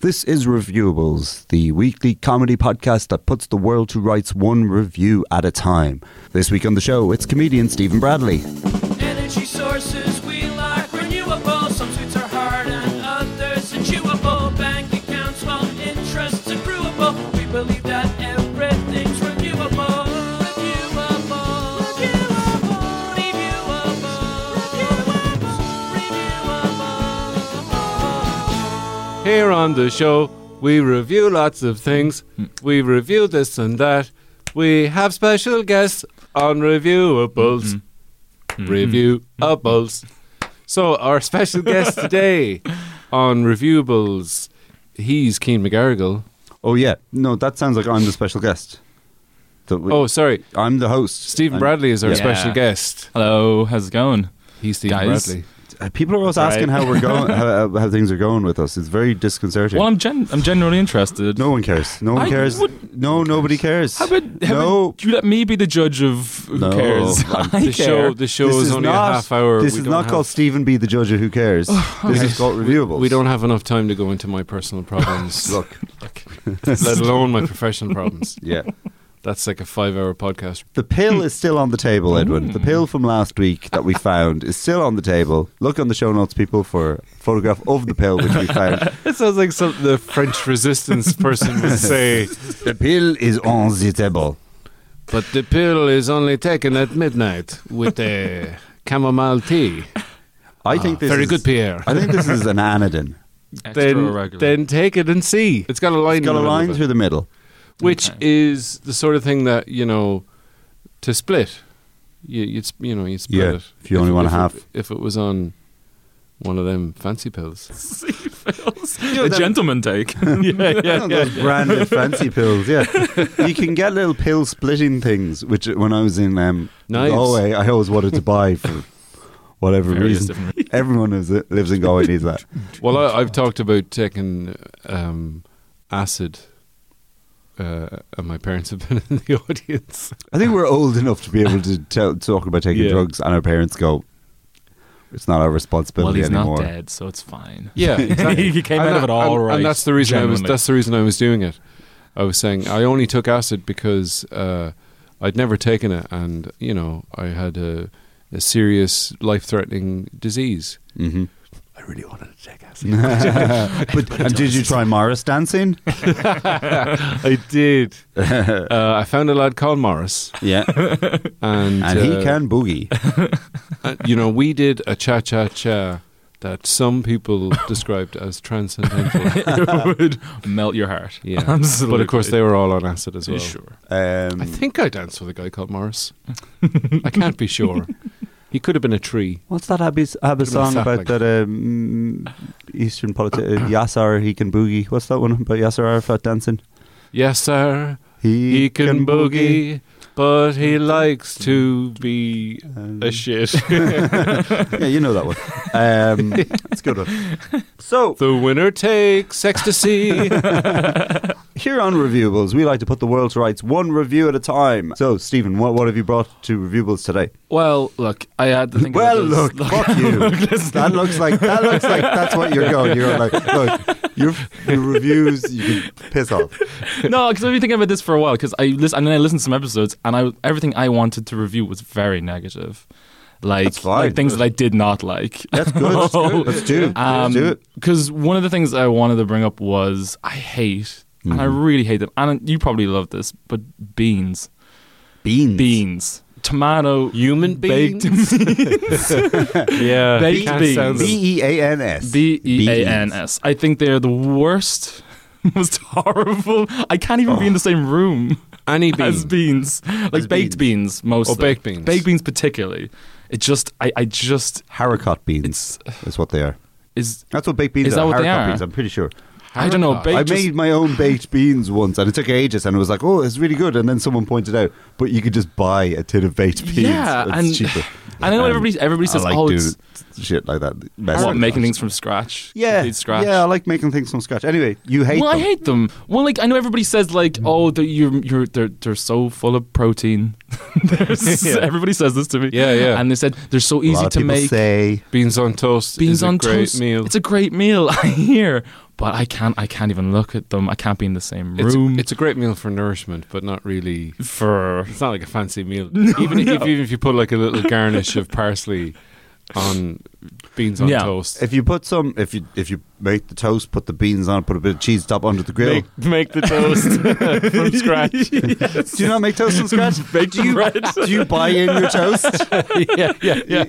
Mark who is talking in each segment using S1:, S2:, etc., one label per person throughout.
S1: This is Reviewables, the weekly comedy podcast that puts the world to rights one review at a time. This week on the show, it's comedian Stephen Bradley.
S2: Energy sources we like renewable. Some sweets are hard and others are chewable. Bank accounts while interest accruable. We believe that everything's renewable. Renewable. Renewable. Renewable.
S3: Here on the show, we review lots of things.
S1: Hmm.
S3: We review this and that. We have special guests on reviewables.
S1: Mm-hmm.
S3: Reviewables. So, our special guest today on reviewables, he's Keen McGarrigle.
S1: Oh, yeah. No, that sounds like I'm the special guest. That we-
S3: Oh, sorry.
S1: I'm the host.
S3: Stephen
S1: I'm-
S3: Bradley is our
S1: Yeah.
S3: special
S4: Yeah.
S3: guest.
S4: Hello, how's it going?
S3: He's Stephen
S4: Guys.
S3: Bradley.
S1: Uh, People are always asking how we're going, how, how things are going with us. It's very disconcerting.
S4: Well, I'm gen- I'm generally interested.
S1: no one cares. No one
S4: I
S1: cares.
S4: would-
S1: no, nobody cares.
S4: how about, how
S1: no.
S4: about you let me be the judge of who
S1: No,
S4: cares?
S1: I'm-
S4: I
S3: The show,
S4: care.
S3: the show is, only a half hour.
S1: This
S3: We
S1: is
S3: don't
S1: not
S3: have-
S1: called Stephen B. the Judge of Who Cares. this is called Reviewables.
S3: We don't have enough time to go into my personal problems,
S1: look.
S3: let alone my professional problems.
S1: Yeah,
S3: That's like a five-hour podcast.
S1: the
S4: Hmm.
S1: pill is still on the table, Edwin. The pill from last week that we found is still on the table. Look on the show notes, people, for a photograph of the pill which we found.
S3: It sounds like something the French resistance person would say.
S1: the pill is on the table.
S3: But the pill is only taken at midnight with a chamomile tea.
S4: Ah,
S1: I think this
S3: Very
S1: is,
S3: good, Pierre.
S1: I think this is an anodyne.
S3: Then, then take it and see. It's got a line,
S1: It's got a
S3: in the middle
S1: line
S3: of
S1: through the
S3: it,
S1: middle.
S3: which is the sort of thing that you know to split. You you'd, sp- you know you split
S1: Yeah,
S3: it
S1: if you only want
S3: if
S1: a
S3: it-
S1: half.
S3: If it was on one of them fancy pills,
S4: a gentleman take. yeah, yeah, yeah.
S1: Those branded fancy pills, yeah. You can get little pill splitting things, which when I was in um,
S3: Knives.
S1: Galway, I always wanted to buy for whatever
S4: Various
S1: reason.
S4: different
S1: Everyone who lives- lives in Galway needs that.
S3: well, I, I've talked about taking um, acid, uh, and my parents have been in the audience.
S1: I think we're old enough to be able to tell, talk about taking
S3: Yeah.
S1: drugs, and our parents go, "It's not our
S4: Well,
S1: responsibility
S4: he's
S1: anymore."
S4: not dead, so it's fine.
S3: Yeah, exactly.
S4: he came
S3: And
S4: out of
S3: that-
S4: it all right.
S3: and, and that's the reason I was.
S4: genuinely.
S3: That's the reason I was doing it. I was saying I only took acid because uh, I'd never taken it, and you know I had a, a serious life-threatening disease.
S1: hmm
S3: I really wanted to take acid.
S1: but and did you try Morris dancing?
S3: I did. uh, I found a lad called Morris,
S1: yeah,
S3: and,
S1: and
S3: uh,
S1: he can boogie.
S3: uh, you know, we did a cha cha cha that some people described as transcendental.
S4: it would melt your heart.
S3: Yeah,
S4: Absolutely.
S3: but of course they were all on acid as well.
S4: Sure. Mm.
S3: I
S1: Um,
S3: think I danced with a guy called Morris. I can't be sure. He could have been a tree.
S1: what's that Abba, Abba song about
S3: sapling.
S1: that um, Eastern politician Yasser? He can boogie. What's that one about Yasser Arafat dancing?
S3: Yes, sir. He can boogie, but he likes to be
S1: Um,
S3: a shit.
S1: yeah, you know that one. Um, it's a good one. So
S3: the winner takes ecstasy.
S1: Here on Reviewables, we like to put the world to rights one review at a time. So, Stephen, what, what have you brought to Reviewables today?
S4: Well, look, I had to think.
S1: Well,
S4: about
S1: look,
S4: this.
S1: fuck you. that looks like that looks like that's what you're going. You're like, look, your, your reviews, you can piss off.
S4: no, because I've been thinking about this for a while. Because I listen, and then I listened to some episodes, and I everything I wanted to review was very negative, like,
S1: That's fine.
S4: like things that I did not like.
S1: That's good. That's
S4: Oh.
S1: good. Let's do it.
S4: Um,
S1: Let's do it.
S4: Because one of the things I wanted to bring up was I hate, and
S1: Mm-hmm.
S4: I really hate them. And you probably love this, but beans,
S1: Beans.
S4: beans, tomato,
S3: Human
S4: baked
S3: beings. yeah.
S4: Baked
S3: Can't
S4: beans.
S3: sound them.
S1: B E A N S.
S4: B E A N S. I think they are the worst. Most horrible. I can't even be in the same room
S3: Any
S4: as
S3: beans.
S4: beans, like
S1: Oh. As
S4: baked beans, mostly.
S3: Or baked beans.
S4: Baked beans, particularly. It just, I, I just
S1: Haricot beans is what they are.
S4: is.
S1: That's what baked beans
S4: Is
S1: are.
S4: that what they
S1: Haricot
S4: are?
S1: beans, I'm pretty sure.
S4: I don't know.
S3: Haricot.
S4: Baked
S1: I
S4: just-
S1: made my own baked beans once and it took ages and it was like, oh, it's really good. And then someone pointed out, but you could just buy a tin of baked beans.
S4: Yeah,
S1: it's
S4: and-
S1: cheaper.
S4: I know
S1: Um,
S4: everybody. Everybody
S1: I
S4: says,
S1: like
S4: "Oh,
S1: do
S4: it's
S1: shit like that. Mess
S4: I
S1: like
S4: want making
S1: that.
S4: things from scratch."
S1: Yeah,
S4: complete scratch.
S1: yeah, I like making things from scratch. Anyway, you hate
S4: well,
S1: them.
S3: Mm.
S4: I hate them. Well, like I know everybody says, like, "Oh, they're, you're, you're, they're, they're so full of protein." There's-
S3: Yeah.
S4: Everybody says this to me.
S3: Yeah, yeah.
S4: And they said they're
S1: a
S4: so
S1: lot
S4: easy
S1: of
S4: to
S1: people
S4: make.
S1: say
S3: Beans on toast
S4: Beans
S3: is a
S4: on
S3: great
S4: toast.
S3: meal.
S4: It's a great meal. I hear, but I can't. I can't even look at them. I can't be in the same
S3: It's-
S4: room.
S3: it's a great meal for nourishment, but not really
S4: for
S3: It's not like a fancy meal. even, If, even if you put like a little garnish of parsley on beans on
S4: Yeah.
S3: toast,
S1: if you put some, if you if you make the toast, put the beans on, put a bit of cheese top under the grill.
S3: make the toast from scratch.
S1: Do you not make toast from scratch? do, you,
S4: bread.
S1: do you buy in your toast?
S4: yeah, yeah, yeah.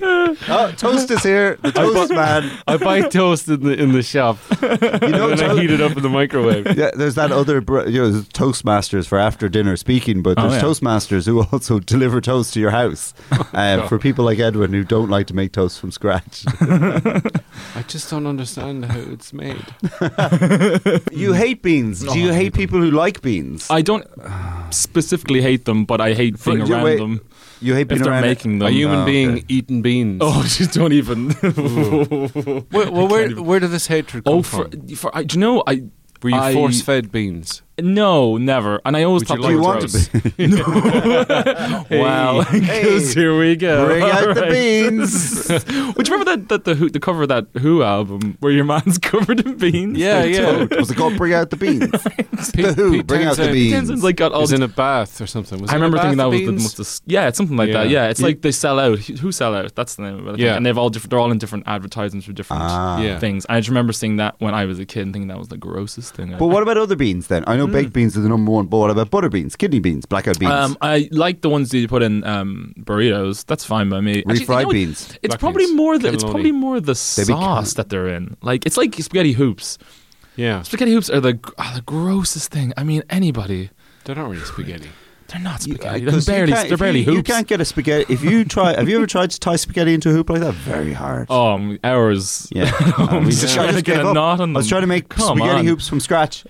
S1: Oh, toast is here. The toast man.
S3: I buy toast in the in the shop,
S1: You know,
S3: and then
S1: toast,
S3: I heat it up in the microwave.
S1: yeah, there's that other, br- you know, there's Toastmasters for after dinner speaking, but
S4: Oh,
S1: there's
S4: yeah.
S1: Toastmasters who also deliver toast to your house
S4: Oh,
S1: uh, for people like Edwin who don't like to make toast from scratch.
S3: I just don't understand how it's made.
S1: you hate beans. Do you hate people who like beans?
S4: I don't specifically hate them, but I hate
S1: For-
S4: being
S1: you-
S4: around
S1: wait.
S4: them
S1: you hate being
S4: if they're
S1: around
S4: making them.
S3: A human
S1: no,
S3: being
S1: okay.
S3: eating beans.
S4: Oh, just don't even.
S3: well, well where where did this hatred come
S4: oh, for,
S3: from?
S4: for I, do you know I?
S3: Were you
S4: I-
S3: force fed beans?
S4: No, never. And I always
S3: Would
S4: thought
S3: you
S4: they
S3: like to
S4: were gross.
S3: roast?
S4: Wow, because here we go.
S1: Bring out the
S4: Alright.
S1: beans.
S4: Would you remember that, that the who, the cover of that Who album where your man's covered in beans?
S3: Yeah,
S4: Oh,
S3: yeah.
S1: Was it called Bring Out the Beans?
S3: Pete-
S1: the Who,
S3: Pete
S1: Bring Out the
S3: Townsend
S1: Beans.
S4: Tenzin's like got all.
S3: Is
S4: the-
S3: in a bath or something. Was
S4: I
S3: it in a
S4: remember thinking that
S3: bath,
S4: was the
S3: beans?
S4: most. Dis- yeah, it's something like that.
S3: Yeah.
S4: Yeah, it's like they sell out. Who sell out? That's the name of it. I think.
S3: Yeah.
S4: and they've all different. They're all in different advertisements for different
S1: Ah.
S3: Yeah.
S4: things. And I just remember seeing that when I was a kid and thinking that was the grossest thing. I-
S1: But what about other beans then? I know baked beans are the number one, but what about butter beans, kidney beans, blackout beans,
S4: Mm. Um, I like the ones that you put in um, burritos. That's fine by me. Actually, you
S1: refried
S4: know what?
S1: beans?
S4: It's
S3: Black
S4: probably
S3: beans.
S4: more the it's
S3: Cannelloni.
S4: probably more the
S1: be
S4: sauce that they're in. Like it's like spaghetti hoops.
S3: Yeah,
S4: Spaghetti hoops are the are the grossest thing. I mean, anybody.
S3: they're not really spaghetti.
S4: They're not
S1: You- uh,
S4: spaghetti.
S1: 'cause
S4: they're
S1: you
S4: barely
S1: can't-
S4: they're
S1: if you-
S4: barely
S1: You
S4: hoops.
S1: can't get a spaghetti. If you try, have you ever tried to tie spaghetti into a hoop like that? Very hard.
S4: Um, hours.
S1: Yeah, Uh,
S4: Oh,
S1: We
S4: he's
S1: just-
S4: trying
S1: I
S4: to
S1: just
S4: get
S1: gave
S4: a
S1: up.
S4: knot on
S1: I was
S4: them.
S1: trying to make
S4: Come
S1: spaghetti
S4: on.
S1: hoops from scratch.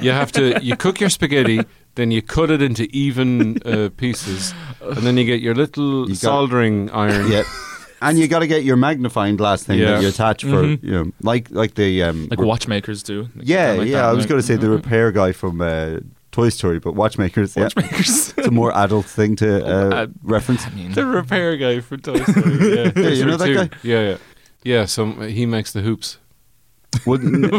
S3: You have to you cook your spaghetti, then you cut it into even uh, pieces, and then you get your little
S1: You got-
S3: soldering iron.
S1: yeah, and you got to get your magnifying glass thing
S3: Yeah.
S1: that you attach for,
S4: Mhm.
S1: you know, like like the um,
S4: like
S1: re-
S4: watchmakers do. Like,
S1: yeah,
S4: they're like
S1: yeah.
S4: that, Mm-hmm.
S1: I was
S4: like-
S1: going to say the repair guy from uh, Toy Story, but watchmakers. yeah.
S4: Watchmakers.
S1: It's a more adult thing to uh,
S4: uh,
S1: reference.
S4: I mean,
S3: The repair guy for Toy Story. Yeah,
S1: Yeah, you know that
S3: Two.
S1: guy?
S3: Yeah, yeah, yeah. So he makes the hoops.
S1: Wouldn't,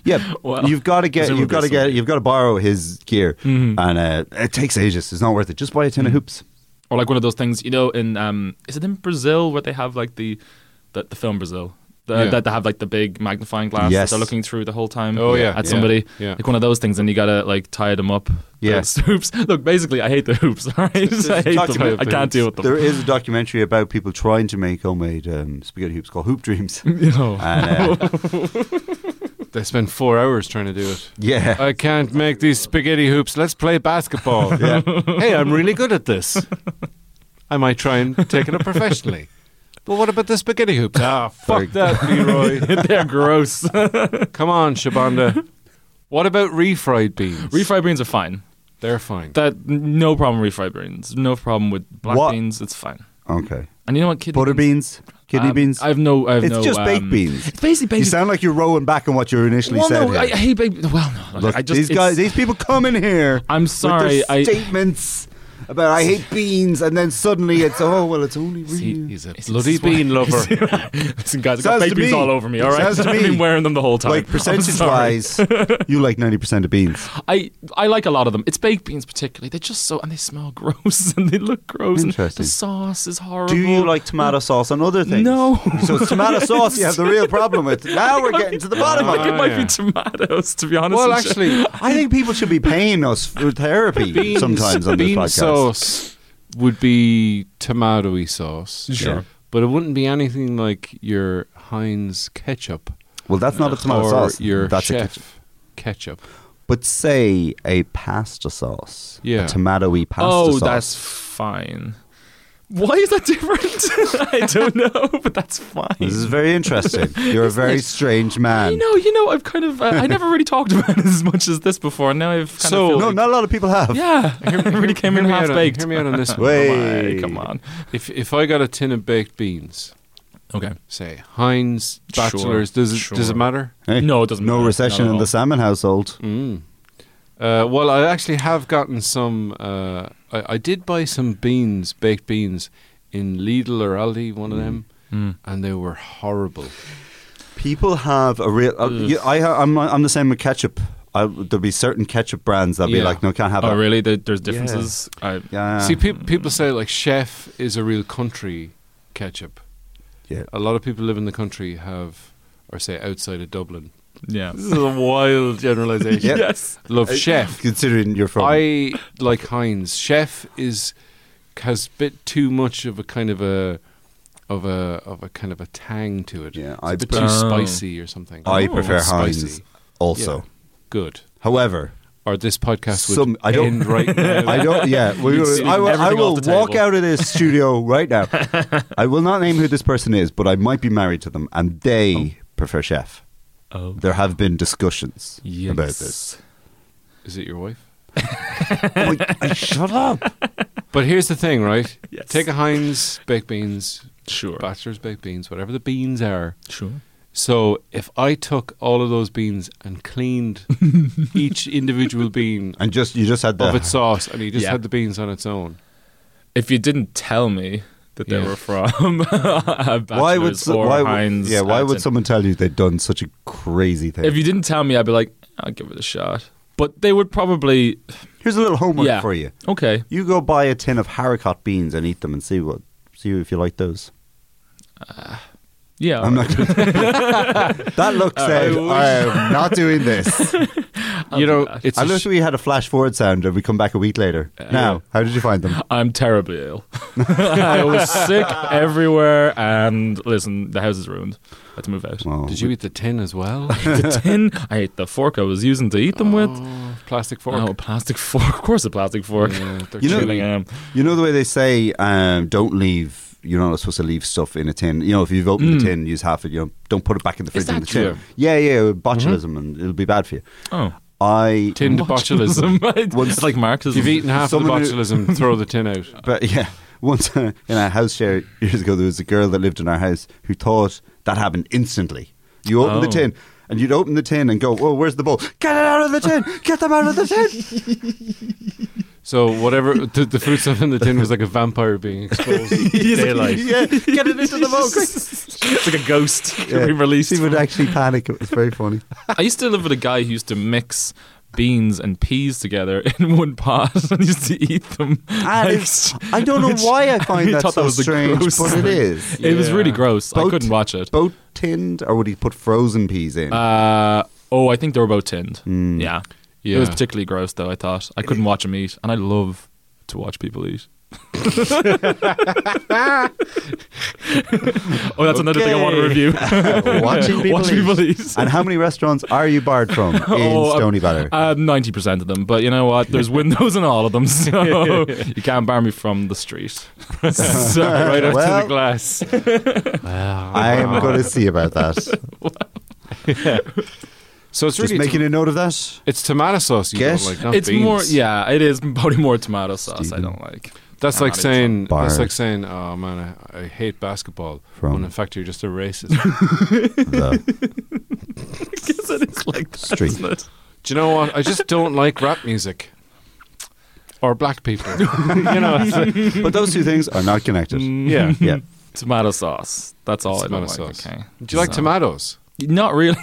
S1: Yeah,
S4: Well,
S1: you've got to get,
S4: presumably
S1: you've got to get,
S4: somebody.
S1: you've got to borrow his gear,
S4: Mhm.
S1: and uh, it takes ages. It's not worth it. Just buy a tin of
S4: Mm-hmm.
S1: hoops.
S4: or like one of those things you know in um is it in Brazil where they have like the the, the film Brazil the,
S3: Yeah.
S4: that they have like the big magnifying glass
S1: Yes.
S4: that they're looking through the whole time
S3: Oh, yeah.
S4: at
S3: Yeah.
S4: somebody
S3: Yeah.
S4: like one of those things and you gotta like tie them up
S1: Yeah.
S4: Those hoops look basically I hate the hoops all right I hate
S1: Talk
S4: them
S1: about
S4: I
S3: the
S4: can't
S3: hoops.
S4: deal with them
S1: There is a documentary about people trying to make homemade um, spaghetti hoops called Hoop Dreams.
S4: you know
S1: And, uh,
S3: They spend four hours trying to do it.
S1: yeah,
S3: I can't make these spaghetti hoops. Let's play basketball.
S1: Yeah.
S3: Hey, I'm really good at this. I might try and take it up professionally. But what about the spaghetti hoops? Ah,
S1: Very-
S3: fuck that, Leroy.
S4: they're gross
S3: Come on, Shabanda. What about refried beans?
S4: refried beans are fine
S3: They're fine.
S4: that no problem with refried beans no problem with black
S1: What?
S4: beans it's fine
S1: okay.
S4: and you know what kidney
S1: Butter beans, kidney
S4: um,
S1: beans.
S4: I have no I have
S1: it's
S4: no
S1: just baked
S4: um,
S1: beans.
S4: it's basically baked
S1: You sound like you're rowing back on what you initially
S4: well,
S1: said.
S4: no,
S1: here.
S4: I, I hate baby. Well, no,
S1: Look,
S4: I just
S1: these
S4: it's-
S1: guys, these people come in here.
S4: I'm sorry,
S1: With their
S4: I-
S1: statements about I hate beans, and then suddenly it's oh well, it's only real.
S3: He's a
S4: It's-
S3: bloody
S4: it's why-
S3: bean lover.
S4: Listen, guys,
S1: Sounds
S4: I got
S1: to
S4: baked beans
S1: me-
S4: all over me. All right,
S1: sounds to
S4: I've
S1: me
S4: been wearing them the whole time.
S1: like
S4: I'm
S1: percentage
S4: sorry.
S1: wise, you like ninety percent of beans.
S4: I I like a lot of them. It's baked beans particularly. They're just so and they smell gross and they look gross. and
S1: Interesting.
S4: the sauce is horrible.
S1: Do you like tomato sauce on other things?
S4: No.
S1: So it's tomato sauce you have the real problem with. Now we're getting to the bottom
S4: Like
S1: of
S4: it
S1: it.
S3: Ah,
S4: might
S3: yeah.
S4: be tomatoes, to be honest.
S3: well,
S4: with you.
S3: actually,
S1: I think people should be paying us for therapy
S3: beans,
S1: sometimes on this
S3: bean
S1: podcast.
S3: sauce would be tomatoey sauce.
S1: Sure. Yeah.
S3: But it wouldn't be anything like your Heinz ketchup
S1: well, that's not a tomato
S3: or
S1: sauce.
S3: your
S1: that's a
S3: chef
S1: ketchup.
S3: ketchup.
S1: But say a pasta sauce.
S3: Yeah.
S1: A tomatoey pasta
S4: oh,
S1: sauce.
S4: that's fine. Why is that different? I don't know, but that's
S1: This
S4: fine.
S1: is very interesting. You're a very strange man.
S4: You know, you know, I've kind of uh, I never really talked about it as much as this before. and Now I've kind
S3: So-
S4: of feel
S1: No,
S4: like-
S1: not a lot of people have.
S4: Yeah, it really came
S3: Hear
S4: in
S3: me out
S4: half
S3: on-
S4: baked.
S3: Hear me out on this one.
S1: Wait.
S4: Why? Come on.
S3: If if I got a tin of baked beans,
S4: Okay. Oh,
S3: say Heinz
S4: Sure,
S3: bachelors, does it does it
S4: sure.
S3: matter?
S1: Hey,
S4: No, it doesn't
S1: No
S4: matter.
S1: recession
S4: Not at
S1: in the
S4: all. Mm.
S1: salmon household.
S3: Mm. Uh, well, I actually have gotten some. Uh, I, I did buy some beans, baked beans, in Lidl or Aldi, one of them,
S4: Mm.
S3: and they were horrible.
S1: People have a real. Uh, you, I, ha- I'm, I'm the same with ketchup. I, there'll be certain ketchup brands that'll be
S3: Yeah.
S1: like, no, can't have
S4: Oh,
S1: it.
S4: really? There, there's differences. I,
S1: Yeah.
S3: See, peop people say like chef is a real country ketchup.
S1: Yeah.
S3: A lot of people live in the country have, or say outside of Dublin,
S4: yeah.
S3: This is a wild generalization.
S1: Yeah.
S4: Yes.
S3: Love
S1: Uh,
S3: chef.
S1: Considering you're from.
S3: I like Heinz. Chef is has bit too much of a kind of a of a of a kind of a tang to it.
S1: Yeah,
S3: it's
S1: I
S3: a bit
S1: pre-
S3: too
S4: Oh.
S3: spicy or something.
S1: I
S4: Oh,
S1: prefer
S3: spicy.
S1: Heinz also.
S3: Yeah. Good.
S1: However,
S3: Or this podcast would
S1: Some- I don't-
S3: end right now.
S1: I don't. Yeah, we,
S4: You'd sweep
S1: I will, I
S4: everything
S1: will
S4: off the
S1: walk
S4: table.
S1: out of this studio right now. I will not name who this person is, but I might be married to them, and they prefer chef.
S4: Oh.
S1: There have been discussions
S4: Yes.
S1: about this.
S3: Is it your wife?
S1: I'm like, "Hey, shut up!
S3: But here's the thing, right?
S4: Yes.
S3: Take a Heinz baked beans,
S4: Sure.
S3: bachelor's baked beans, whatever the beans are.
S4: Sure.
S3: So if I took all of those beans and cleaned each individual bean
S1: And just you just had the
S3: of its sauce, and he just
S4: Yeah.
S3: had the beans on its own.
S4: If you didn't tell me that they
S3: Yeah.
S4: were from
S1: why would so-
S4: or
S1: why would-
S4: Heinz,
S1: yeah why would
S4: Atten.
S1: someone tell you they'd done such a crazy thing?
S4: If you didn't tell me, I'd be like, I'll give it a shot. But they would probably.
S1: Here's a little homework
S4: Yeah.
S1: for you.
S4: Okay.
S1: You go buy a tin of haricot beans and eat them and see what see if you like those.
S4: Yeah.
S1: I'm not. Gonna, that look said I am not doing this.
S3: you know,
S4: that.
S3: it's
S1: I
S3: a
S1: wish
S3: sh-
S1: we had a flash forward sound and we come back a week later. now, how did you find them?
S4: I'm terribly ill. I was sick everywhere, and listen, the house is ruined. I had to move out.
S1: Well,
S3: Did you eat the tin as well?
S4: The tin, I ate the fork I was using to eat them with.
S3: Oh, plastic fork.
S4: Oh, a plastic fork. Of course, a plastic fork.
S3: Yeah, they're
S1: You know-
S3: chilling.
S4: Chilling, um,
S1: you know the way they say um, don't leave. You're not supposed to leave stuff in a tin. You know, if you've opened a tin, use half it. You know, don't put it back in the fridge
S4: Is
S1: in the
S4: that
S1: tin.
S4: true?
S1: Yeah, yeah, botulism, and it'll be bad for you.
S4: oh.
S1: I
S3: Tin to botulism.
S4: it's like Marxism.
S3: You've eaten half
S1: Someone
S3: the
S1: who-
S3: botulism. throw the tin out.
S1: But yeah, once uh, in a house share years ago, there was a girl that lived in our house who thought that happened instantly. You open the
S4: Oh.
S1: tin, and you'd open the tin and go, "Oh, where's the bowl? Get it out of the tin! Get them out of the tin!"
S3: So whatever the, the food stuff in the tin was like a vampire being exposed.
S4: daylight.
S1: yeah, get it into the bowl. quick.
S4: it's like a ghost
S1: Yeah.
S4: being released.
S1: She would uh, actually panic. It was very funny.
S4: I used to live with a guy who used to mix beans and peas together in one pot and used to eat them.
S1: And
S4: Like,
S1: it's- I don't know why I find
S4: I
S1: that
S4: thought
S1: so
S4: that was the
S1: strange,
S4: gross
S1: but it
S4: thing.
S1: is.
S4: It was really
S3: Yeah.
S4: gross. I
S1: Both-
S4: couldn't watch it.
S1: Both tinned, or would he put frozen peas in?
S4: Uh, oh, I think they were both tinned.
S1: Mm.
S4: Yeah.
S3: Yeah.
S4: It was particularly gross, though, I thought. I couldn't watch them eat, and I love to watch people eat. oh, that's another thing I want to
S1: Okay.
S4: review.
S1: Watching people
S4: Watch
S1: eat.
S4: people eat.
S1: and how many restaurants are you barred from in
S4: Oh,
S1: Stony Valley?
S4: Ninety percent of them, but you know what? There's windows in all of them, so you can't bar me from the street. so, right up
S1: Well-
S4: to the glass.
S1: I am going to see about that.
S3: So it's
S1: Just
S3: really
S1: making a note of that.
S3: it's tomato sauce. You
S1: Guess.
S3: don't like, not
S4: it's
S3: beans.
S4: more, yeah, it is probably more tomato sauce.
S1: Steven.
S4: I don't like.
S3: That's
S4: I'm
S3: like
S4: not
S3: saying
S1: Barred.
S3: that's like saying, oh man, I, I hate basketball.
S1: From-
S3: When in fact you're just a racist.
S1: The
S4: Because it is like that,
S1: Street.
S4: isn't it?
S3: Do you know what? I just don't like rap music or black people. you know, it's like-
S1: but those two things are not connected.
S4: Mm.
S3: yeah.
S1: Yeah.
S4: Tomato sauce. That's all I
S3: Tomato
S4: don't like.
S3: sauce.
S4: Okay.
S3: Do you like
S4: So-
S3: tomatoes?
S4: Not really.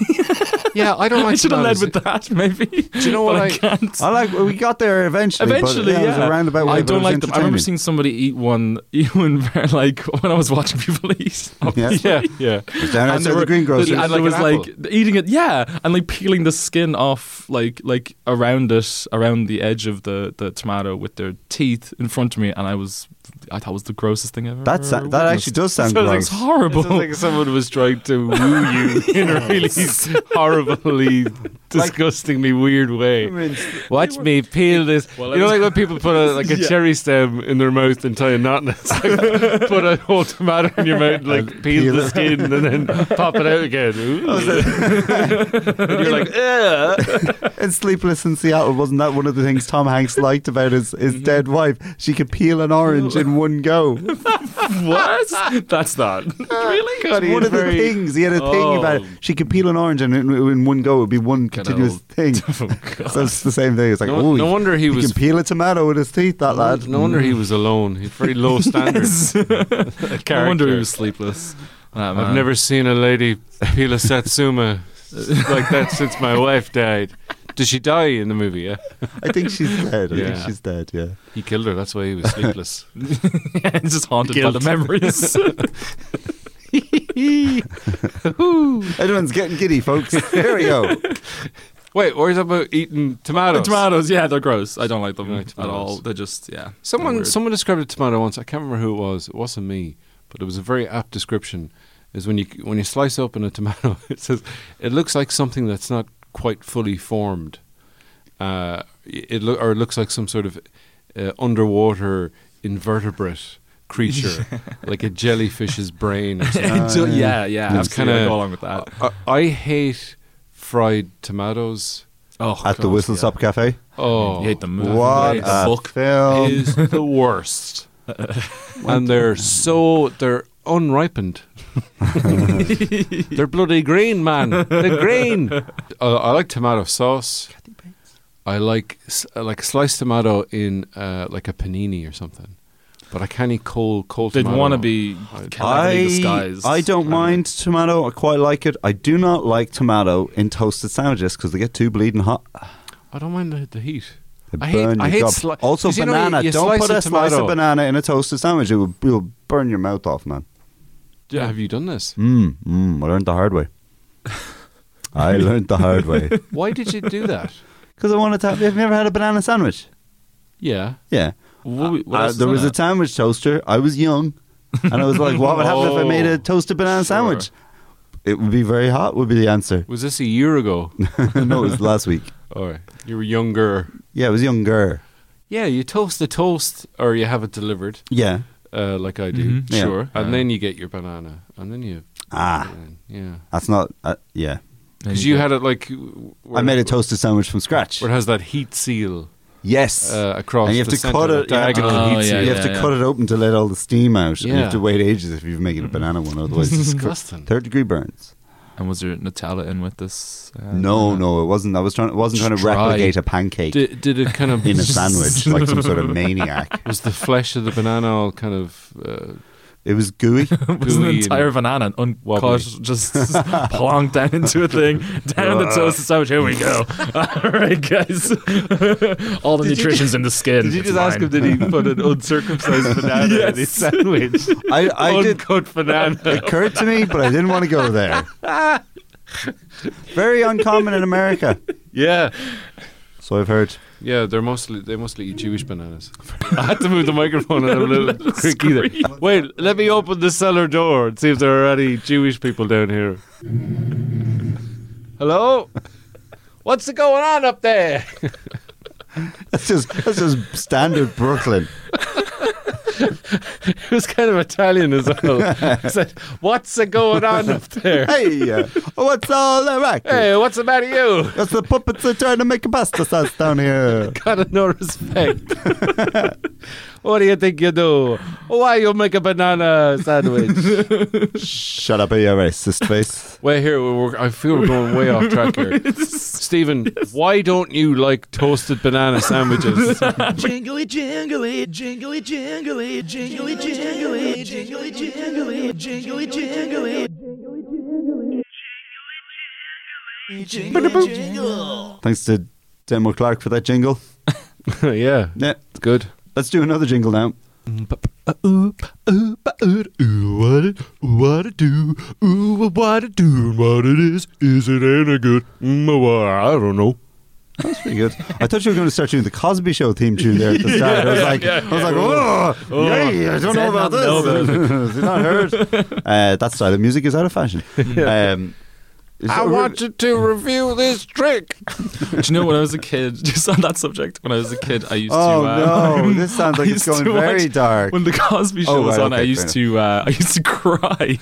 S3: Yeah, I don't
S4: I
S3: like
S4: should have led
S3: tomatoes.
S4: with that. Maybe.
S3: Do you know what
S4: But
S3: I?
S4: can't.
S1: I like. well, We got there eventually. but,
S4: Eventually,
S1: yeah,
S4: yeah,
S1: it was a roundabout way.
S4: I
S1: but it
S4: don't
S1: was
S4: like them. I remember
S1: entertaining.
S4: seeing somebody eat one, eat one very, like when I was watching people eat. obviously.
S3: Yeah, yeah.
S1: It was down
S4: And
S1: outside
S4: they
S1: the
S4: were-
S1: greengrocer's.
S4: And
S3: Like
S4: it was
S3: an
S4: like eating it, yeah, and like peeling the skin off, like like around it, around the edge of the the tomato with their teeth in front of me, and I was, I thought it was the grossest thing ever.
S1: That's that actually does sound
S4: Sounds like
S1: gross.
S4: it's horrible.
S3: someone was trying to woo you in a really horribly, disgustingly weird way. Watch me peel this.
S4: Well, I
S3: you know,
S4: was-
S3: like when people put a, like a
S4: Yeah.
S3: cherry stem in their mouth and tie a knot, and it's like put a whole tomato in your mouth, and, like peel,
S1: peel
S3: the
S1: it.
S3: skin, and then pop it out again. Ooh. and you're like, "Ugh."
S1: in Sleepless in Seattle, wasn't that one of the things Tom Hanks liked about his, his
S4: Mm-hmm.
S1: dead wife? She could peel an orange in one go.
S4: what? That's that. really?
S1: It's one of the things. He had a thing about it.
S4: Oh.
S1: She could peel an orange and in, in one go it would be one continuous
S4: old-
S1: thing.
S4: Oh, God.
S1: so it's the same thing. It's like,
S3: No-
S1: oh,
S3: no wonder he was-
S1: can peel a tomato with his teeth, that lad. Mm.
S3: No wonder he was alone. He had very low standards.
S4: I wonder he was sleepless. Ah,
S3: I've
S4: man.
S3: never seen a lady peel a satsuma like that since my wife died. Did she die in the movie? Yeah,
S1: I think she's dead. I
S3: Yeah.
S1: think she's dead, yeah.
S3: he killed her. That's why he was sleepless.
S4: it's just haunted by
S3: Guilt.
S4: the memories.
S1: Everyone's getting giddy, folks. Here we go.
S3: Wait, or is that about eating tomatoes?
S4: tomatoes, yeah, they're gross. I don't like them
S3: You like
S4: at
S3: tomatoes.
S4: all. They're just yeah.
S3: Someone
S4: They're weird.
S3: someone described a tomato once. I can't remember who it was. It wasn't me, but it was a very apt description. Is when you when you slice open a tomato, it says it looks like something that's not quite fully formed. Uh, it loo- or it looks like some sort of uh, underwater invertebrate creature, like a jellyfish's brain. Or something.
S4: So- yeah, yeah.
S3: That's
S4: That's kind
S3: kinda-
S4: of go along with that.
S3: I, I hate fried tomatotos.
S4: Oh,
S1: At the
S4: God,
S1: Whistle
S4: yeah.
S1: Stop Cafe.
S3: Oh,
S4: You hate them.
S1: What
S4: Great
S1: a
S4: book.
S1: film.
S3: is the worst. and they're so they're unripened. they're bloody green, man. They're green. Uh, I like tomato sauce. I like s- I like sliced tomato in uh, like a panini or something. But I can't eat cold cold.
S4: They'd
S3: tomato.
S4: want to be
S3: I-
S4: cleverly disguised.
S1: I don't mind tomato. I quite like it. I do not like tomato in toasted sandwiches because they get too bleeding hot.
S3: I don't mind the, the heat.
S1: They
S3: I hate.
S1: burn
S3: I
S1: your
S3: hate
S1: gob.
S3: sli-
S1: also,
S3: 'cause you know, you-
S1: banana.
S3: you
S1: don't
S3: slice
S1: put a slice
S3: tomato.
S1: of banana in a toasted sandwich. It will, will burn your mouth off, man.
S3: Yeah, have you done this?
S1: Mm, mm, I learned the hard way. I learned the hard way.
S3: Why did you do that?
S1: Because I wanted to have. Have you ever had a banana sandwich?
S3: Yeah.
S1: Yeah.
S4: What, we- what
S1: Uh,
S4: else is
S1: there
S4: on
S1: was
S4: it?
S1: a sandwich toaster. I was young, and I was like, "What would happen if I made
S3: Oh,
S1: a toasted banana
S3: sure.
S1: sandwich?" It would be very hot. Would be the answer.
S3: Was this a year ago?
S1: no, it was last week.
S3: or you were younger?
S1: Yeah, it was younger.
S3: Yeah, you toast the toast, or you have it delivered,
S1: Yeah.
S3: uh, like I do.
S4: Mhm.
S1: Yeah.
S4: Sure.
S3: And then you get your banana, and then you,
S1: Ah,
S3: yeah,
S1: that's not. Uh, yeah,
S3: because you had it like. Where,
S1: I made a toasted sandwich from scratch.
S3: Where it has that heat seal
S1: Yes.
S3: uh, across.
S1: and you have to
S3: the center,
S1: cut
S3: the
S1: it. You have to,
S3: diagonal
S4: Oh,
S3: heat
S4: yeah,
S3: seal.
S1: you have to cut it open to let all the steam out. And you
S3: Yeah.
S1: have to wait ages if you're making a banana one, otherwise it's cr-
S3: Disgusting.
S1: third degree burns.
S4: And was there Nutella in with this? Uh,
S1: No, no, it wasn't. I was trying. I wasn't trying to
S3: Uh-huh. Try.
S1: replicate a pancake
S3: Did, did it kind of
S1: in a sandwich like some sort of maniac.
S3: Was the flesh of the banana all kind of uh,
S1: It was gooey.
S4: It was an
S3: gooey
S4: entire
S3: and-
S4: banana
S3: wobbly.
S4: uncut, just plonked down into a thing, down the toasted sandwich. Here we go. All right, guys. All the nutrition's in the skin.
S5: Did you
S4: It's
S5: just ask
S4: mine.
S5: him, did he put an uncircumcised banana in his sandwich?
S1: I, I did.
S5: Uncut banana.
S1: It occurred to me, but I didn't want to go there. Very uncommon in America.
S5: Yeah.
S1: So I've heard.
S3: Yeah, they're mostly they mostly eat Jewish bananas. I had to move the microphone out of a little creaky there.
S5: Wait, let me open the cellar door and see if there are any Jewish people down here. Hello? What's going on up there?
S1: That's just that's just standard Brooklyn.
S5: It was kind of Italian as well. He said, What's going on up there?
S1: Hey, uh, what's all that racket?
S5: Hey, what's the matter you?
S1: That's the puppets are trying to make a pasta sauce down here.
S5: Got no respect. what do you think you do? Why you make a banana sandwich?
S1: Shut up, you racist face.
S3: Wait here, we're, we're- I feel we're going way off track here. Stephen, why don't you like toasted banana sandwiches?
S6: Jingly jingly, jingly jingly, jingly jingly, jingly jingly, jingly jingly. Jingly jingle.
S1: Thanks to Demo Clark for that jingle.
S3: yeah,
S1: Yeah,
S3: it's good.
S1: let's do another jingle now.
S5: What it do? Ooh, what it do? What it is? Is it any good? Mm, well, I don't know.
S1: That's pretty good. I thought you were going to start doing the Cosby Show theme tune there at the start. I was like, I was like, oh, yay, I don't know about this. Is it not heard? Uh, that's why the music is out of fashion. Um,
S5: I wanted to review this trick.
S4: Do you know when I was a kid, just on that subject, when I was a kid, I used
S1: Oh
S4: to. uh
S1: no! This sounds like
S4: I
S1: it's
S4: used
S1: going
S4: to
S1: very
S4: watch-
S1: dark.
S4: When the Cosby Show
S1: Oh,
S4: was
S1: right,
S4: on, I
S1: okay,
S4: used
S1: fair
S4: to uh, I used to cry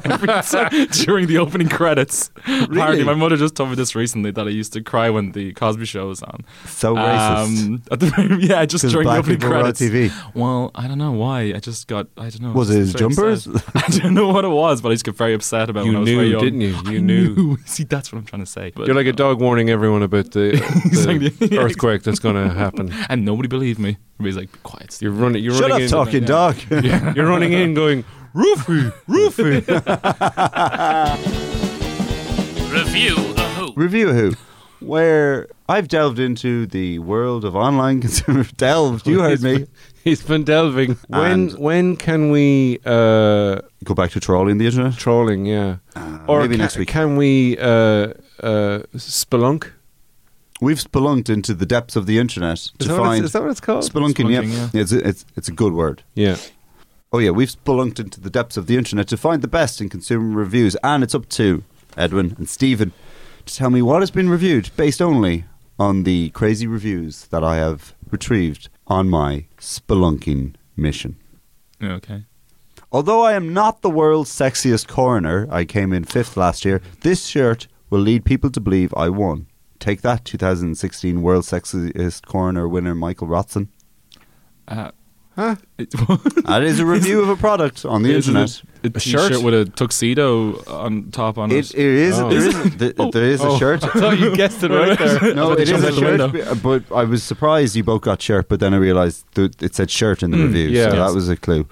S4: every time during the opening credits. Hardly. My mother just told me this recently that I used to cry when the Cosby Show was on.
S1: so Oh, racist.
S4: Um, at the very- yeah, just
S1: 'Cause
S4: during the
S1: black
S4: opening
S1: people were on
S4: credits.
S1: TV.
S4: Well, I don't know why. I just got I don't know.
S1: Was it
S4: I just
S1: his
S4: got very
S1: jumpers?
S4: upset. I don't know what it was, but I just got very upset about. it
S3: You
S4: when I was
S3: knew,
S4: very young.
S3: didn't you? You
S4: I
S3: knew.
S4: See, that's what I'm trying to say. But,
S3: You're like a
S4: uh,
S3: dog warning everyone about the, the
S4: Exactly, yeah,
S3: earthquake that's going to happen.
S4: and nobody believed me. Everybody's like, "Be quiet. Steve."
S3: You're running. You're
S1: Shut
S3: running
S1: up,
S3: in,
S1: talking
S4: yeah.
S1: dog.
S3: You're running in, going roofie, roofie.
S2: Review a who.
S1: Review who, where I've delved into the world of online consumer. delved. You heard me.
S3: He's been delving. When
S1: And-
S3: when can we uh,
S1: Go back to trawling the internet.
S3: trolling? Yeah,
S1: Uh, maybe
S3: ca-
S1: next week.
S3: Can we uh, uh, spelunk?
S1: We've spelunked into the depths of the internet
S3: Is
S1: to
S3: that, what
S1: find
S3: it's, is that what it's called?
S1: spelunking. yeah.
S4: Spelunking,
S1: it's a, it's it's a good word.
S3: yeah.
S1: Oh yeah, we've spelunked into the depths of the internet to find the best in consumer reviews, and it's up to Edwin and Stephen to tell me what has been reviewed based only on the crazy reviews that I have retrieved on my spelunking mission.
S4: Yeah, okay.
S1: Although I am not the world's sexiest coroner, I came in fifth last year. This shirt will lead people to believe I won. Take that, 2016 World Sexiest Coroner winner Michael Rotson.
S4: Uh,
S3: Huh?
S4: It,
S1: That is a review of a product on the
S4: Is it
S1: internet.
S4: a t-shirt
S3: shirt?
S4: with a tuxedo on top on
S1: It, it
S4: it.
S1: is.
S3: Oh.
S1: There is. th- There is a shirt.
S3: Oh, you guessed it right there.
S1: No,
S4: I'll
S1: it is
S4: jump
S1: a
S4: out the
S1: shirt.
S4: window.
S1: But I was surprised you both got shirt. But then I realised th- it said shirt in
S4: Hmm,
S1: the review,
S3: yeah.
S1: so that
S3: Yes.
S1: was a clue.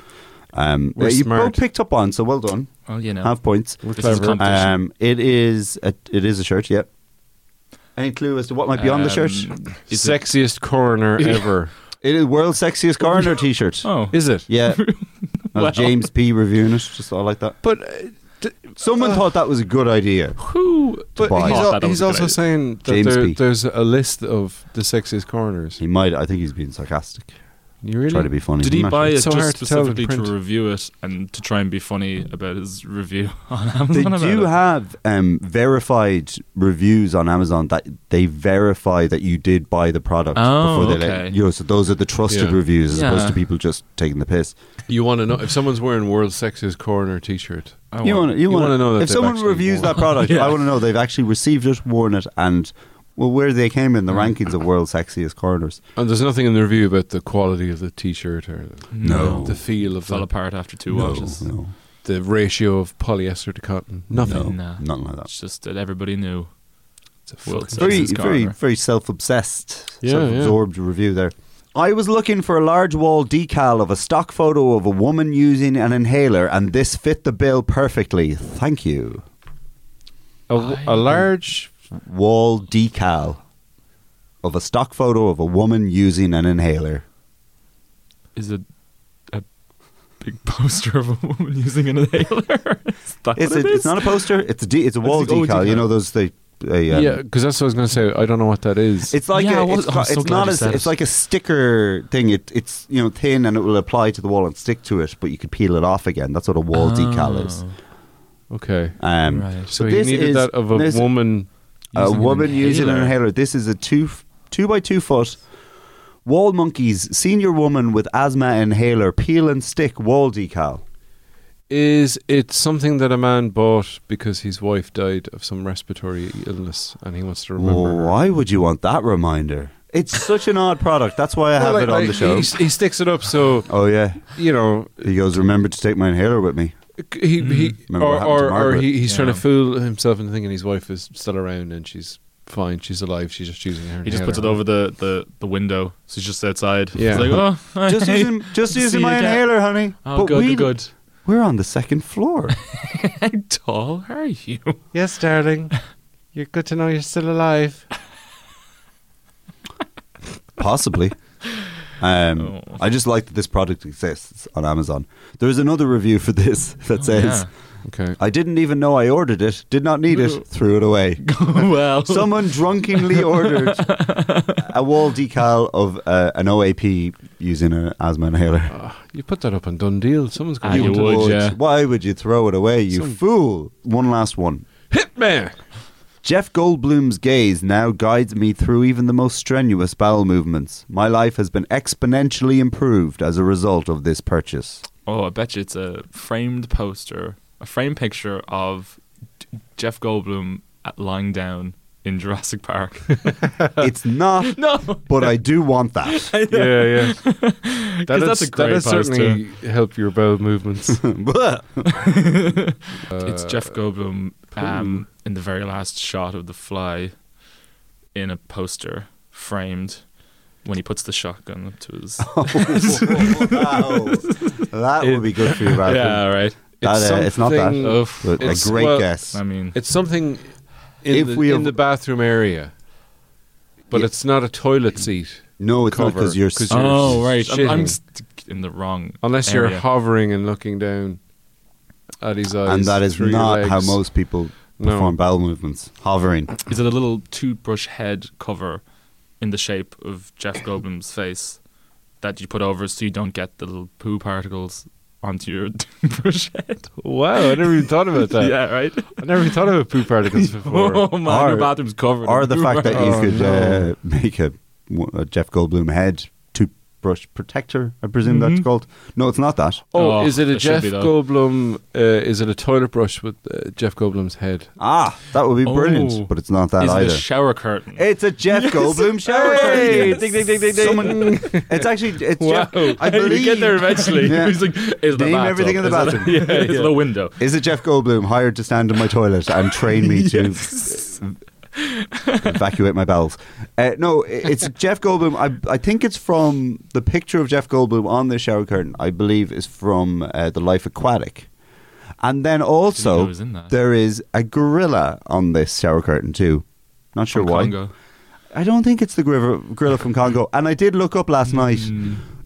S1: Um,
S3: We're
S1: yeah, you
S3: smart.
S1: both picked up on, so well done.
S4: oh, you know.
S1: Half points.
S4: this is a
S3: clever.
S4: competition.
S1: Um, it is. A, it is a shirt. Yep. Any clue as to what might be on the shirt?
S4: Um, is it-
S3: Sexiest coroner ever.
S1: It is world's sexiest coroner T-shirt.
S4: Oh,
S3: Is it?
S1: Yeah. That was
S4: Wow.
S1: James P reviewing it, just all like that.
S3: But uh,
S1: Someone thought that was a good idea.
S4: who?
S3: but
S1: buy.
S3: he's,
S1: Oh, Thought
S3: al-
S4: that was
S3: he's
S4: a good
S3: also
S4: idea.
S3: saying that
S1: James
S3: there,
S1: B.
S3: there's a list of the sexiest coroners.
S1: He might. I think he's being sarcastic.
S3: You really?
S1: Try to be funny.
S4: Did he
S1: Not
S4: buy
S1: sure.
S4: it
S3: It's so
S4: just
S3: hard to tell in
S4: specifically to,
S3: print.
S4: review it and to try and be funny about his review on
S1: They
S4: Amazon? about
S1: do
S4: it?
S1: have um, verified reviews on Amazon that they verify that you did buy the product
S4: Oh,
S1: before they
S4: okay.
S1: let you know. So those are the trusted
S3: Yeah.
S1: reviews as opposed
S4: Yeah.
S1: to people just taking the piss.
S3: You want to know if someone's wearing world's sexiest coroner t-shirt?
S4: I
S1: you
S4: want-
S1: want to you
S3: you
S1: want to
S3: wanna know that
S1: if
S3: they've
S1: someone
S3: actually
S1: reviews
S3: worn
S1: that
S3: it.
S1: product,
S4: Oh, Yeah.
S1: I want to know they've actually received it, worn it, and well where they came in the rankings of world's sexiest coroners.
S3: And uh, there's nothing in the review about the quality of the t-shirt or the,
S1: No.
S3: the feel of
S4: fell
S3: the,
S4: apart after two washes.
S1: no,
S3: the ratio of polyester to cotton.
S1: no,
S3: Nothing.
S4: Nah.
S1: nothing like that.
S4: It's just that everybody knew.
S3: It's a
S4: Well,
S3: fucking-
S1: very,
S4: Sexiest
S1: very,
S4: coroner.
S1: very self-obsessed,
S3: Yeah,
S1: self-absorbed review there. I was looking for a large wall decal of a stock photo of a woman using an inhaler, and this fit the bill perfectly. Thank you.
S3: a, a large.
S1: Wall decal of a stock photo of a woman using an inhaler.
S4: Is it a big poster of a woman using an inhaler? is that
S1: It's,
S4: what it
S1: a,
S4: is?
S1: it's not a poster. It's a de- it's a wall
S4: it's a- oh,
S1: decal. You
S4: decal.
S1: know those they. they,
S3: Yeah,
S1: um,
S3: because that's what I was going to say. I don't know what that is.
S1: It's like
S4: Yeah, I
S1: a,
S4: was-
S1: it's,
S4: I'm
S1: ca-
S4: so
S1: it's
S4: glad
S1: not
S4: you
S1: as
S4: said it.
S1: it's like a sticker thing. It it's you know thin and it will apply to the wall and stick to it, but you could peel it off again. That's what a wall decal is.
S3: okay.
S1: Um,
S4: Oh, Right.
S3: So
S1: but
S3: you
S1: this
S3: needed
S1: is-
S3: that of a
S1: this-
S3: woman.
S1: A
S4: using an
S1: woman using an
S4: inhaler.
S1: inhaler. This is a two f- two by two foot wall monkeys senior woman with asthma inhaler peel and stick wall decal.
S3: Is it something that a man bought because his wife died of some respiratory illness and he wants to remember? her?
S1: Why would you want that reminder? It's such an odd product. That's why I
S3: Well,
S1: have
S3: like-
S1: it on
S3: like,
S1: the show.
S3: He, he sticks it up so
S1: Oh yeah,
S3: you know
S1: he goes. Remember to take my inhaler with me.
S3: he, he
S1: Mm-hmm. Remember what happened to
S3: or or, or
S1: Margaret?
S3: he, he's trying
S4: Yeah.
S3: to fool himself into thinking his wife is still around and she's fine. She's alive. She's just using her.
S4: He just
S3: inhaler.
S4: puts it over the, the, the window, so he's just outside.
S3: Yeah.
S4: He's like, oh, hi.
S1: Just using just
S4: See
S1: using
S4: you
S1: my
S4: again.
S1: inhaler, honey.
S4: Oh,
S1: But
S4: good,
S1: we-
S4: good.
S1: We're on the second floor.
S4: How tall are you?
S5: Yes, darling. You're good to know you're still alive.
S1: Possibly. Um,
S4: Oh.
S1: I just like that this product exists on Amazon. There is another review for this that says,
S4: Oh, yeah.
S3: Okay.
S1: I didn't even know I ordered it, did not need it, threw it away.
S4: well,
S1: Someone drunkenly ordered a wall decal of uh, an OAP using an asthma inhaler.
S3: You put that up on done deal. Someone's
S4: Ah,
S3: going
S4: you
S3: to
S4: would, yeah.
S1: Why would you throw it away, you
S3: Some-
S1: fool? One last one.
S3: Hitman.
S1: Jeff Goldblum's gaze now guides me through even the most strenuous bowel movements. My life has been exponentially improved as a result of this purchase.
S4: Oh, I bet you it's a framed poster, a framed picture of D- Jeff Goldblum at- lying down in Jurassic Park.
S1: it's not,
S4: no,
S1: but I do want that.
S4: I know.
S3: Yeah, yeah. That
S4: Because that's a great
S3: that'd
S4: poster.
S3: certainly help your bowel movements.
S4: it's
S1: Uh,
S4: Jeff Goldblum um, in the very last shot of The Fly, in a poster framed. When he puts the shotgun up to his,
S1: wow. That would be good for you, Brad.
S4: yeah, all right.
S1: That, uh, it's not that.
S3: something-
S4: Oof.
S1: But
S3: It's-
S1: a great
S3: well,
S1: guess.
S4: I mean,
S3: It's something in,
S1: If
S3: the,
S1: we
S3: in
S1: av-
S3: the bathroom area, but
S1: Yeah.
S3: it's not a toilet seat.
S1: no, it's not
S3: cover,
S1: because you're.
S3: 'cause you're-
S4: oh right, I'm, I'm
S3: shitting.
S4: st- in the wrong.
S3: Unless you're
S4: area.
S3: hovering and looking down at his eyes.
S1: and that is
S3: Oh, through your
S1: not how
S3: legs.
S1: most people
S3: No.
S1: perform bowel movements. Hovering.
S4: Is it a little toothbrush head cover in the shape of Jeff Goldblum's face that you put over so you don't get the little poo particles onto your toothbrush head?
S3: Wow, I never even thought about that.
S4: yeah, right.
S3: I never even thought about poo particles before.
S4: Oh man,
S1: Uh, Or-
S4: your bathroom's covered.
S1: Or
S4: in
S1: the
S4: poo
S1: fact that you
S4: particles.
S3: Oh,
S1: could uh, make a, a Jeff Goldblum head toothbrush protector, I presume
S3: Mm-hmm.
S1: that's called. No, it's not that.
S3: Oh,
S4: Oh,
S3: is it a
S4: it should
S3: Jeff
S4: be though.
S3: Goldblum? Uh, is it a toilet brush with uh, Jeff Goldblum's head?
S1: Ah, that would be brilliant,
S4: Oh.
S1: but it's not that
S4: Is it
S1: either.
S4: a shower curtain?
S1: it's a Jeff Goldblum shower.
S3: Hey,
S1: curtain.
S3: ding, ding, ding, ding, ding.
S1: Someone- it's actually it's Jeff. I
S4: you
S1: believe
S4: get there eventually.
S1: Yeah.
S4: He's like, is the
S1: Name
S4: bathtub?
S1: everything in the
S4: Is it-
S1: bathroom.
S4: yeah, is the window.
S1: Is it Jeff Goldblum hired to stand in my toilet and train me to evacuate my bowels? Uh, no, i- it's Jeff Goldblum. I, I think it's from the picture of Jeff Goldblum on the shower curtain, I believe, is from uh, The Life Aquatic. And then
S4: know
S1: also,
S4: it was in that.
S1: there is a gorilla on this shower curtain, too. Not sure why.
S4: Congo.
S1: I don't think it's the gorilla, gorilla from Congo. And I did look up last night.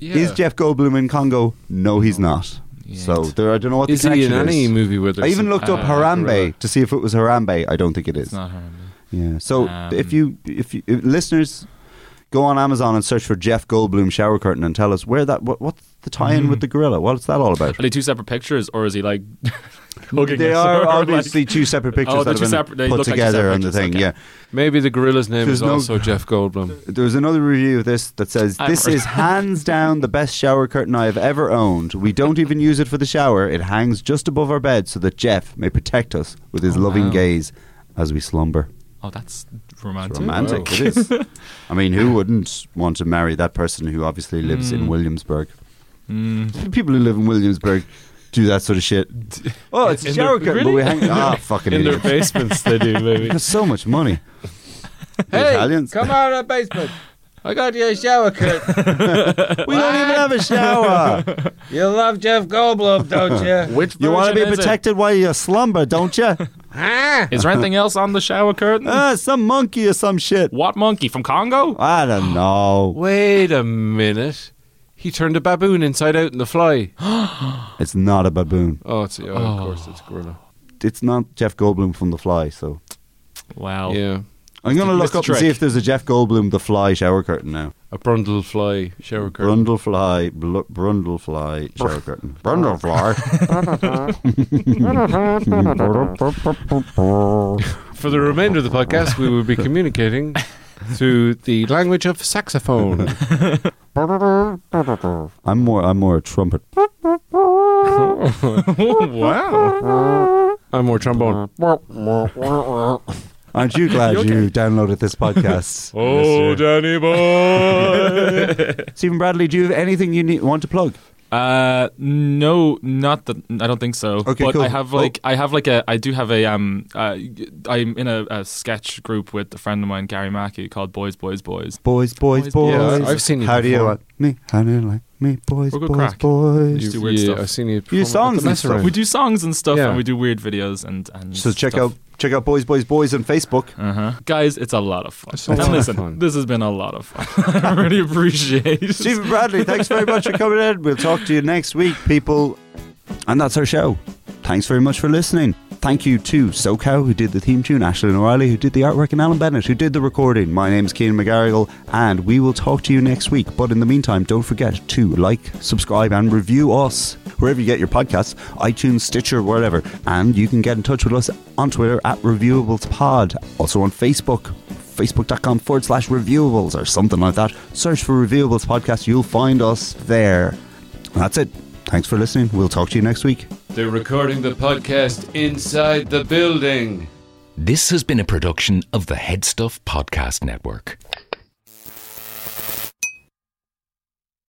S1: Is Jeff Goldblum in Congo? No, he's not.
S4: He
S1: So
S4: ain't.
S1: there, I don't know what
S3: Is
S1: the
S3: he in
S1: connection is.
S3: any movie with?
S1: I even looked up
S4: uh,
S1: Harambe
S3: gorilla.
S1: to see if it was Harambe. I don't think it is.
S4: It's not her.
S1: Yeah. So
S4: Um,
S1: if you if you if listeners go on Amazon and search for Jeff Goldblum shower curtain and tell us where that what, what's the tie-in with the gorilla? What's that all about?
S4: Are they two separate pictures, or is he like? hugging
S1: They
S4: us
S1: are
S4: or, like-
S1: obviously two separate pictures
S4: Oh, they're
S1: that have
S4: two
S1: been
S4: separate- they
S1: put
S4: look like two
S1: together
S4: separate
S1: on the
S4: pictures,
S1: thing.
S4: okay.
S1: Yeah.
S3: Maybe the gorilla's name
S1: There's
S3: is
S1: no-
S3: also Jeff Goldblum.
S1: There was another review of this that says
S4: I've
S1: this
S4: heard
S1: is hands down the best shower curtain I have ever owned. We don't even use it for the shower. It hangs just above our bed so that Jeff may protect us with his loving
S4: Oh, wow.
S1: gaze as we slumber.
S4: Oh, that's romantic.
S1: It's romantic. It is. I mean, who wouldn't want to marry that person who obviously lives
S4: Hmm.
S1: in Williamsburg? People who live in Williamsburg do that sort of shit. Oh, it's a
S4: in
S1: shower
S4: their-
S1: curtain, but we hang. Ah, fucking
S4: In their
S1: idiots.
S4: basements, they do maybe.
S1: That's so much money. The Italians.
S5: come out of the basement. I got you a shower curtain.
S1: We don't even have a shower.
S5: You love Jeff Goldblum, don't you?
S4: Which
S1: You want to be
S4: version is it?
S1: protected while you slumber, don't you?
S5: ah!
S4: Is there anything else on the shower curtain?
S1: ah, some monkey or some shit.
S4: what monkey from Congo?
S1: I don't know.
S3: Wait a minute. He turned a baboon inside out in the fly.
S1: It's not a baboon.
S3: Oh, it's, oh, of course, it's a gorilla.
S1: It's not Jeff Goldblum from The Fly, so.
S4: Wow.
S3: Yeah,
S1: I'm going to look up
S4: Mr.
S1: and
S4: Trek.
S1: see if there's a Jeff Goldblum The Fly shower curtain now.
S3: a brundle fly shower curtain.
S1: Brundlefly, bl- Brundlefly shower curtain. Brundlefly.
S3: For the remainder of the podcast, we will be communicating through the language of saxophone.
S1: I'm more. I'm more a trumpet.
S4: wow.
S3: I'm more trombone.
S1: Aren't you glad you, downloaded this podcast?
S3: Oh, Danny boy!
S1: Stephen Bradley, do you have anything you need, want to plug?
S4: Uh, no, not that. I don't think so.
S1: Okay,
S4: but
S1: cool.
S4: I have
S1: Oh.
S4: like I have like a I do have a um uh, I'm in a, a sketch group with a friend of mine, Gary Mackey, called Boys, Boys, Boys.
S1: Boys, boys, boys.
S4: Boys, boys.
S3: Yeah, I've seen you
S1: How do you
S3: perform.
S1: like me? How do you like me? Boys,
S4: We're good
S1: boys,
S4: crack.
S1: boys.
S4: You- do weird
S3: yeah,
S4: stuff.
S3: I've seen you.
S1: You
S3: perform at
S1: songs
S3: the
S1: and stuff.
S3: Messroom.
S4: We do songs and stuff,
S3: Yeah.
S4: and we do weird videos and and.
S1: So check out check out boys, boys, boys on Facebook.
S4: Uh-huh. Guys, it's a lot of fun.
S3: It's a lot
S4: and
S3: of
S4: listen,
S3: fun.
S4: this has been a lot of fun. I really appreciate.
S1: Stephen Bradley, thanks very much for coming in. We'll talk to you next week, people. And that's our show. Thanks very much for listening. Thank you to SoCal, who did the theme tune, Ashlyn O'Reilly, who did the artwork, and Alan Bennett, who did the recording. My name's Keenan McGarrigle, and we will talk to you next week. But in the meantime, don't forget to like, subscribe, and review us wherever you get your podcasts iTunes, Stitcher, wherever. And you can get in touch with us on Twitter at ReviewablesPod, also on Facebook facebook.com forward slash reviewables or something like that. Search for reviewables podcast. You'll find us there. That's it. Thanks for listening. We'll talk to you next week.
S3: They're recording the podcast inside the building.
S7: This has been a production of the Headstuff Podcast Network.